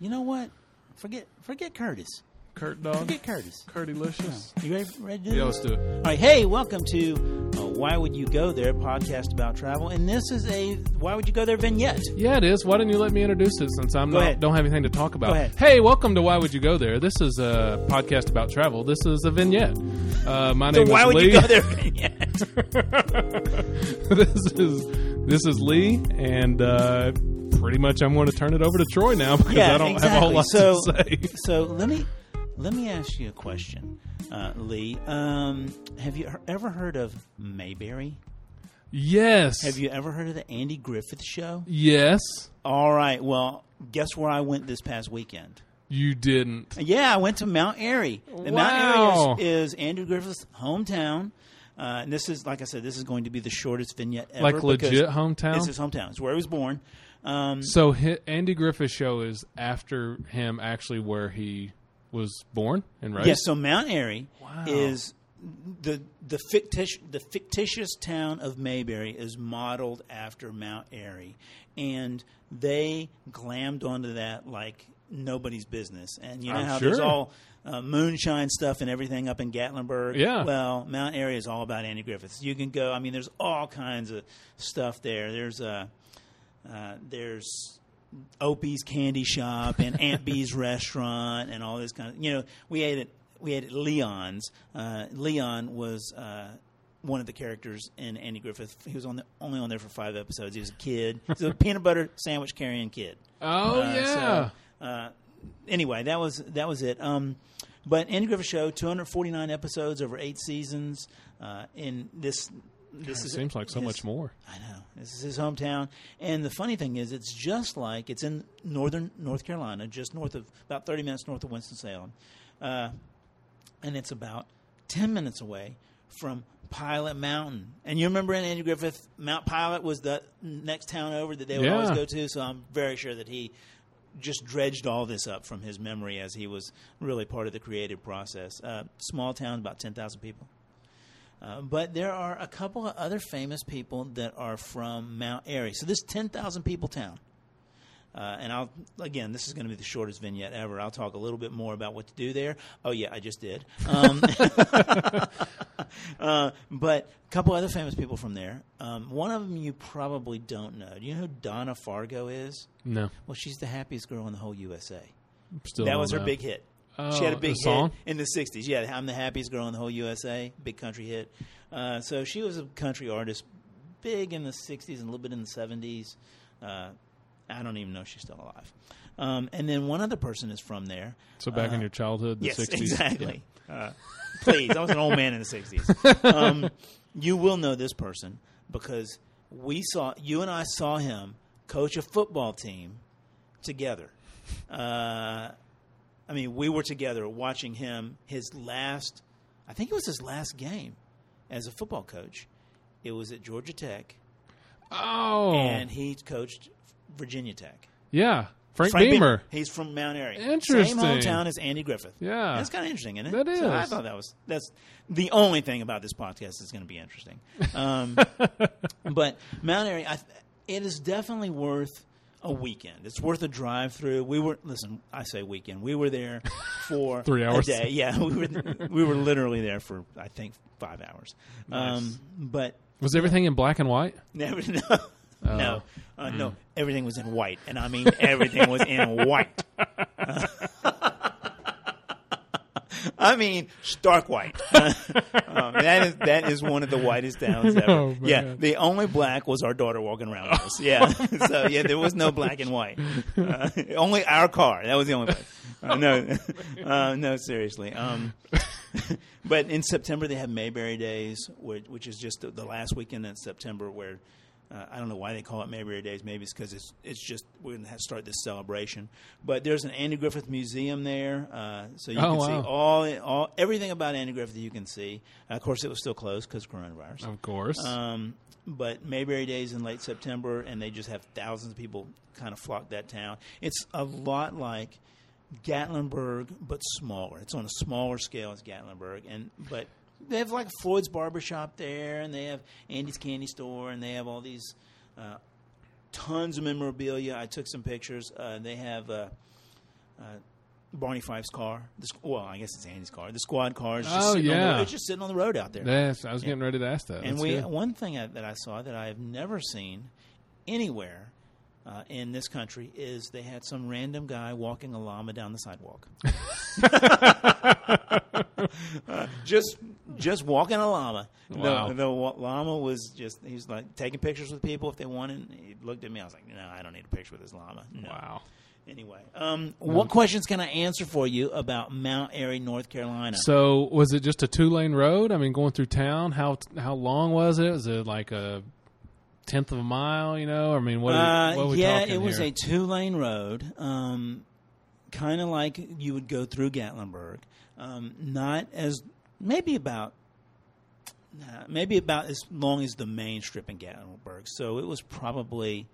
You know what? Forget forget Curtis. Kurt dog. Forget Curtis. Curtylicious. You ready, ready to do Yeah, this? let's do it. All right, hey, welcome to uh, Why Would You Go There podcast about travel, and this is a Why Would You Go There vignette. Yeah, it is. Why didn't you let me introduce it since I'm Go not ahead. don't have anything to talk about? Go ahead. Hey, welcome to Why Would You Go There? This is a podcast about travel. This is a vignette. Uh, my So name why is would you Lee. go there vignette? this is this is Lee, and uh, pretty much I'm going to turn it over to Troy now because Yeah, I don't have a exactly. whole lot So- to say. so let me let me ask you a question, uh, Lee. Um, have you he- ever heard of Mayberry? yes. Have you ever heard of the Andy Griffith Show? Yes. All right. Well, guess where I went this past weekend? You didn't. Yeah, I went to Mount Airy. The Wow. Mount Airy is, is Andrew Griffith's hometown. Uh, and this is, like I said, this is going to be the shortest vignette ever. Like because legit hometown? It's his hometown. It's where he was born. Um, So hi Andy Griffith show is after him actually where he was born and raised. Yes, so Mount Airy Wow. is the the fictitious the fictitious town of Mayberry is modeled after Mount Airy, and they glammed onto that like nobody's business. And you know I'm how there's sure. all uh, moonshine stuff and everything up in Gatlinburg. Yeah. Well, Mount Airy is all about Andy Griffiths. You can go. I mean, there's all kinds of stuff there. There's a uh, there's Opie's candy shop and Aunt Bee's restaurant and all this kind of you know we ate at we ate at Leon's. Uh, Leon was uh, one of the characters in Andy Griffith. He was on the, only on there for five episodes. He was a kid. He was a peanut butter sandwich carrying kid. Oh Uh, yeah. So, uh, anyway, that was that was it. Um, but Andy Griffith Show, 249 episodes over eight seasons. Uh, in this, this it is seems like so his- much more. I know. This is his hometown. And the funny thing is, it's just like it's in northern North Carolina, just north of about 30 minutes north of Winston-Salem. Uh, and it's about 10 minutes away from Pilot Mountain. And you remember in Andy Griffith, Mount Pilot was the next town over that they would always Yeah. go to. So I'm very sure that he just dredged all this up from his memory as he was really part of the creative process. Uh, small town, about 10,000 people. Uh, but there are a couple of other famous people that are from Mount Airy. So this 10,000 people town. Uh, and I'll again, this is going to be the shortest vignette ever. I'll talk a little bit more about what to do there. Oh yeah, I just did. Um, uh, but a couple other famous people from there. Um, one of them you probably don't know. Do you know who Donna Fargo is? No. Well, she's the happiest girl in the whole USA. Still that don't was her know. big hit. Oh, she had a big a song? hit in the '60s. Yeah, I'm the happiest girl in the whole USA. Big country hit. Uh, so she was a country artist, big in the '60s and a little bit in the '70s. Uh, I don't even know if she's still alive. Um, and then one other person is from there. Uh, So back in your childhood, the Yes, 60s. exactly. Uh, please, I was an old man in the '60s. Um, you will know this person because we saw you and I saw him coach a football team together. Uh, I mean, we were together watching him his last. I think it was his last game as a football coach. It was at Georgia Tech, Yeah. Oh. and he coached Virginia Tech. yeah. Frank, Frank Beamer. He's from Mount Airy. Same Interesting. hometown as Andy Griffith. Yeah. That's kind of interesting, isn't it? That So I is. thought that was that's the only thing about this podcast that's going to be interesting. Um, but Mount Airy, I, th- it is definitely worth a weekend. It's worth a drive through. We were listen. I say weekend. We were there for Three hours. A day. Yeah, we were we were literally there for I think five hours. Um, but Was everything in black and white? Never no. No, uh, no. Everything was in white, and I mean everything was in white. I mean stark white. Um, that is that is one of the whitest towns ever. Oh, man. yeah, the only black was our daughter walking around with us. Yeah, so yeah, there was no black and white. Uh, only our car. That was the only. Place. Uh, no, uh, no, seriously. Um, but in September they have Mayberry Days, which, which is just the, the last weekend in September where. Uh, I don't know why they call it Mayberry Days. Maybe it's because it's it's just we're going to have to start this celebration. But there's an Andy Griffith Museum there, uh, so you Oh, can wow. see all all everything about Andy Griffith you can see. Uh, of course, it was still closed because coronavirus. Of course. Um, but Mayberry Days in late September, and they just have thousands of people kind of flock that town. It's a lot like Gatlinburg, but smaller. It's on a smaller scale as Gatlinburg, and but they have like Floyd's Barber Shop there, and they have Andy's Candy Store, and they have all these uh, tons of memorabilia. I took some pictures. Uh, they have. Uh, uh, Barney Fife's car. The, squ- well, I guess it's Andy's car. The squad car is just, Oh, sitting, on the, yeah. it's just sitting on the road out there. Yes, I was getting ready to ask that. and That's we good. one thing I, that I saw that I have never seen anywhere uh, in this country is they had some random guy walking a llama down the sidewalk. Uh, just just walking a llama. Wow. The, the wa- llama was just he was like taking pictures with people if they wanted. He looked at me. I was like, no, I don't need a picture with this llama. No. wow. Anyway, um, what questions can I answer for you about Mount Airy, North Carolina? So was it just a two lane road? I mean, going through town, how how long was it? Was it like a tenth of a mile? You know, I mean, what? Are, Uh, what are we yeah, talking it was here? a two lane road, um, kind of like you would go through Gatlinburg. Um, not as maybe about nah, maybe about as long as the main strip in Gatlinburg. So it was probably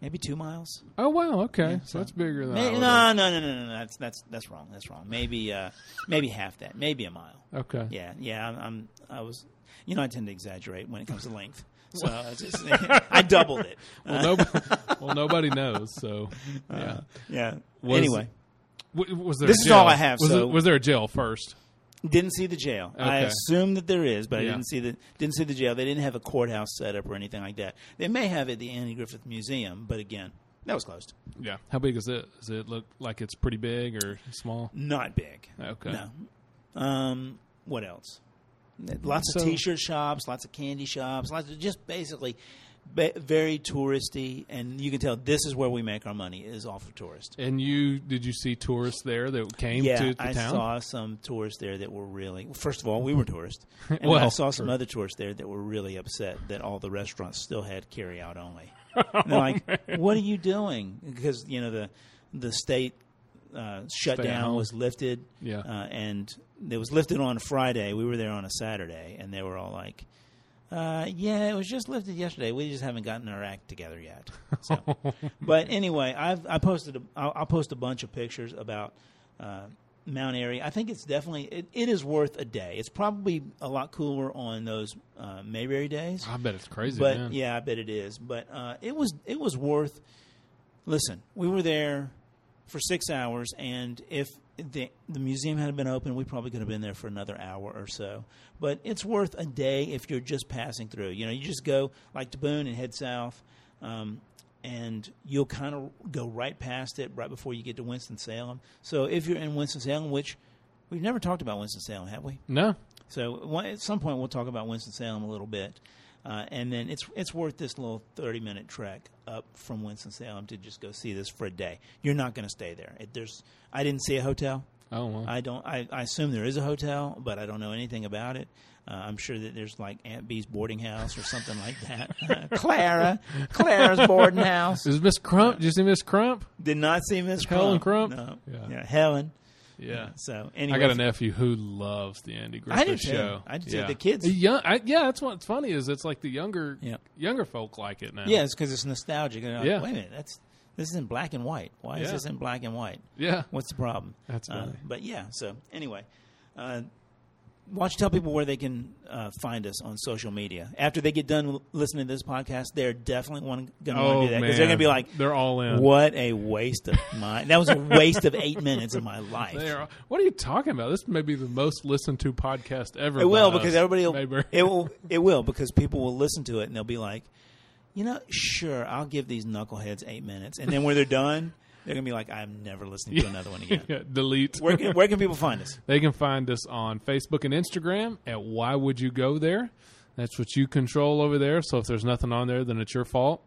maybe two miles. oh wow, okay, so that's bigger than I May- would've- no, no, no, no, no. That's that's that's wrong. That's wrong. Maybe uh, maybe half that. Maybe a mile. Okay, Yeah, yeah. I'm, I'm I was. You know, I tend to exaggerate when it comes to length. So I, just, I doubled it. Well, nobody, well, nobody knows. So Uh, yeah, Yeah. Was- anyway, W- was there? This a is all jail? I have, Was, so- it- was there a jail first? didn't see the jail. I Okay. assume that there is, but I Yeah. didn't see the didn't see the jail. They didn't have a courthouse set up or anything like that. They may have it at the Annie Griffith Museum, but again, that was closed. Yeah. How big is it? Does it look like it's pretty big or small? Not big. Okay. No. Um, what else? Lots of So- T-shirt shops, lots of candy shops, lots of just basically ba- very touristy, and you can tell this is where we make our money is off of tourists. And you did you see tourists there that came yeah, to the I town? saw some tourists there that were really. well, First of all, we were tourists, and then I Well, saw some true. other tourists there that were really upset that all the restaurants still had carry out only. And they're like, Oh, "What are you doing?" Because you know the the state uh, shutdown home. was lifted, Yeah. uh, and it was lifted on a Friday. We were there on a Saturday, and they were all like. Uh, yeah, it was just lifted yesterday. We just haven't gotten our act together yet. So. but anyway, I've I posted a, I'll, I'll post a bunch of pictures about uh, Mount Airy. I think it's definitely it, it is worth a day. It's probably a lot cooler on those uh, Mayberry days, I bet it's crazy. but man. yeah, I bet it is. But uh, it was it was worth. Listen, we were there for six hours, and if the the museum had been open, we probably could have been there for another hour or so. But it's worth a day if you're just passing through. You know, you just go like to Boone and head south, um, and you'll kind of go right past it right before you get to Winston Salem. So if you're in Winston Salem, which we've never talked about Winston Salem, have we? No. So one, at some point we'll talk about Winston Salem a little bit, uh, and then it's it's worth this little thirty minute trek up from Winston Salem to just go see this for a day. You're not going to stay there. It, there's I didn't see a hotel. Oh well. I don't. I, I assume there is a hotel, but I don't know anything about it. Uh, I'm sure that there's like Aunt Bee's boarding house or something like that. Clara, Clara's boarding house. Is Miss Crump? Did you see Miss Crump? Did not see Miss Helen Crump. Crump? No. Yeah. Yeah, Helen. Yeah. So I anyway, got a nephew who loves the Andy Griffith do too. show. I do too. The kids- The young, I, yeah, that's what's funny is it's like the younger, Yeah. younger folk like it now. Yeah, it's because it's nostalgic. And you're like, Yeah. Wait a minute, that's this is in black and white. Why is Yeah. this in black and white? yeah. What's the problem? That's uh, funny. But yeah. So anyway, uh, why don't you tell people where they can uh, find us on social media after they get done listening to this podcast? They're definitely going to want to Oh do that man, because they're going to be like, they're all in. "What a waste of my that was a waste of eight minutes of my life." They are, what are you talking about? This may be the most listened to podcast ever. It will by because us, everybody will, neighbor. it will it will because people will listen to it and they'll be like, you know, sure, I'll give these knuckleheads eight minutes, and then when they're done, they're gonna be like, I'm never listening to another one again. Yeah, delete. Where can, where can people find us? They can find us on Facebook and Instagram at Why Would You Go There. That's what you control over there. So if there's nothing on there, then it's your fault.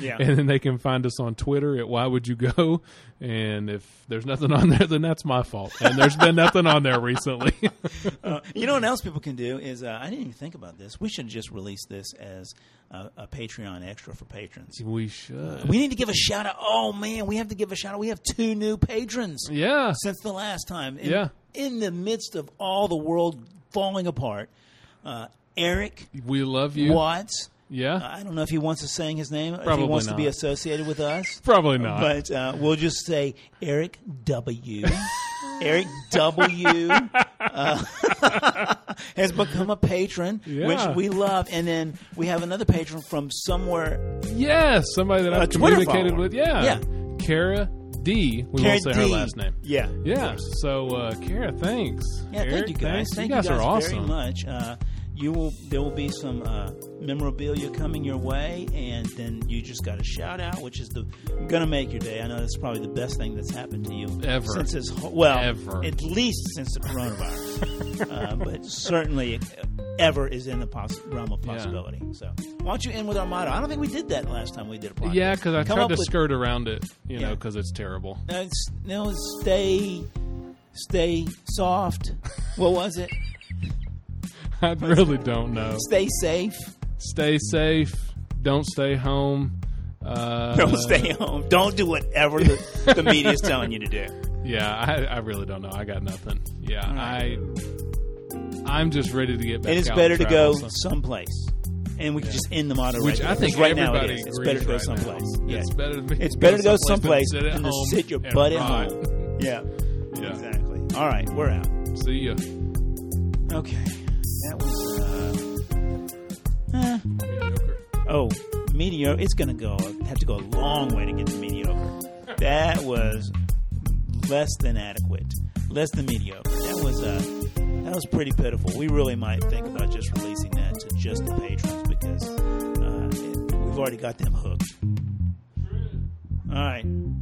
Yeah. And then they can find us on Twitter at Why Would You Go. And if there's nothing on there, then that's my fault. And there's been nothing on there recently. You know what else people can do is uh, I didn't even think about this. We should just release this as a, a Patreon extra for patrons. we should. We need to give a shout out. Oh man, we have to give a shout out. We have two new patrons. Yeah. since the last time. In, Yeah. In the midst of all the world falling apart, uh, Eric We love you. Watts. Yeah. I don't know if he wants us saying his name. if he Probably wants to be not. associated with us. Probably not. But uh, we'll just say Eric W. Eric W. Uh, has become a patron, Yeah. which we love. And then we have another patron from somewhere yes. Somebody that A I've Twitter communicated follower. with. Yeah. Yeah. Kara D. We Kara won't say her D. last name. Yeah. Yeah. So, uh, Kara, thanks. Yeah, Eric, thank you guys. thanks. Thank you guys, are awesome. very much. Uh, you will. There will be some uh, memorabilia coming your way, and then you just got a shout out, which is the gonna make your day. I know that's probably the best thing that's happened to you Ever. since this. whole- Well, Ever. at least since the coronavirus, uh, but certainly ever is in the poss- realm of Yeah. possibility. So why don't you end with our motto? I don't think we did that last time we did a podcast. Yeah, because I Come tried up to with- skirt around it, you know, Yeah. because it's terrible. No, it's, no, it's stay, stay soft. What was it? I really don't know. Stay safe. Stay safe. Don't stay home. Uh, Don't stay home. Don't do whatever the, the media is telling you to do. Yeah, I, I really don't know. I got nothing. Yeah, right. I I'm just ready to get back. And it's out better to go travel, so- someplace. And we can just end the motto Which right I there. think right now everybody it is. It's agrees better to go right now. someplace. Yeah. It's better to be. It's better to go than someplace sit at than to home sit your and butt at rot. home. Yeah, Yeah. exactly. All right, we're out. See ya. Okay. That was. Uh, eh. Oh, mediocre. It's gonna go. Have to go a long way to get to mediocre. That was less than adequate. Less than mediocre. That was uh, that was pretty pitiful. We really might think about just releasing that to just the patrons because uh, it, we've already got them hooked. All right.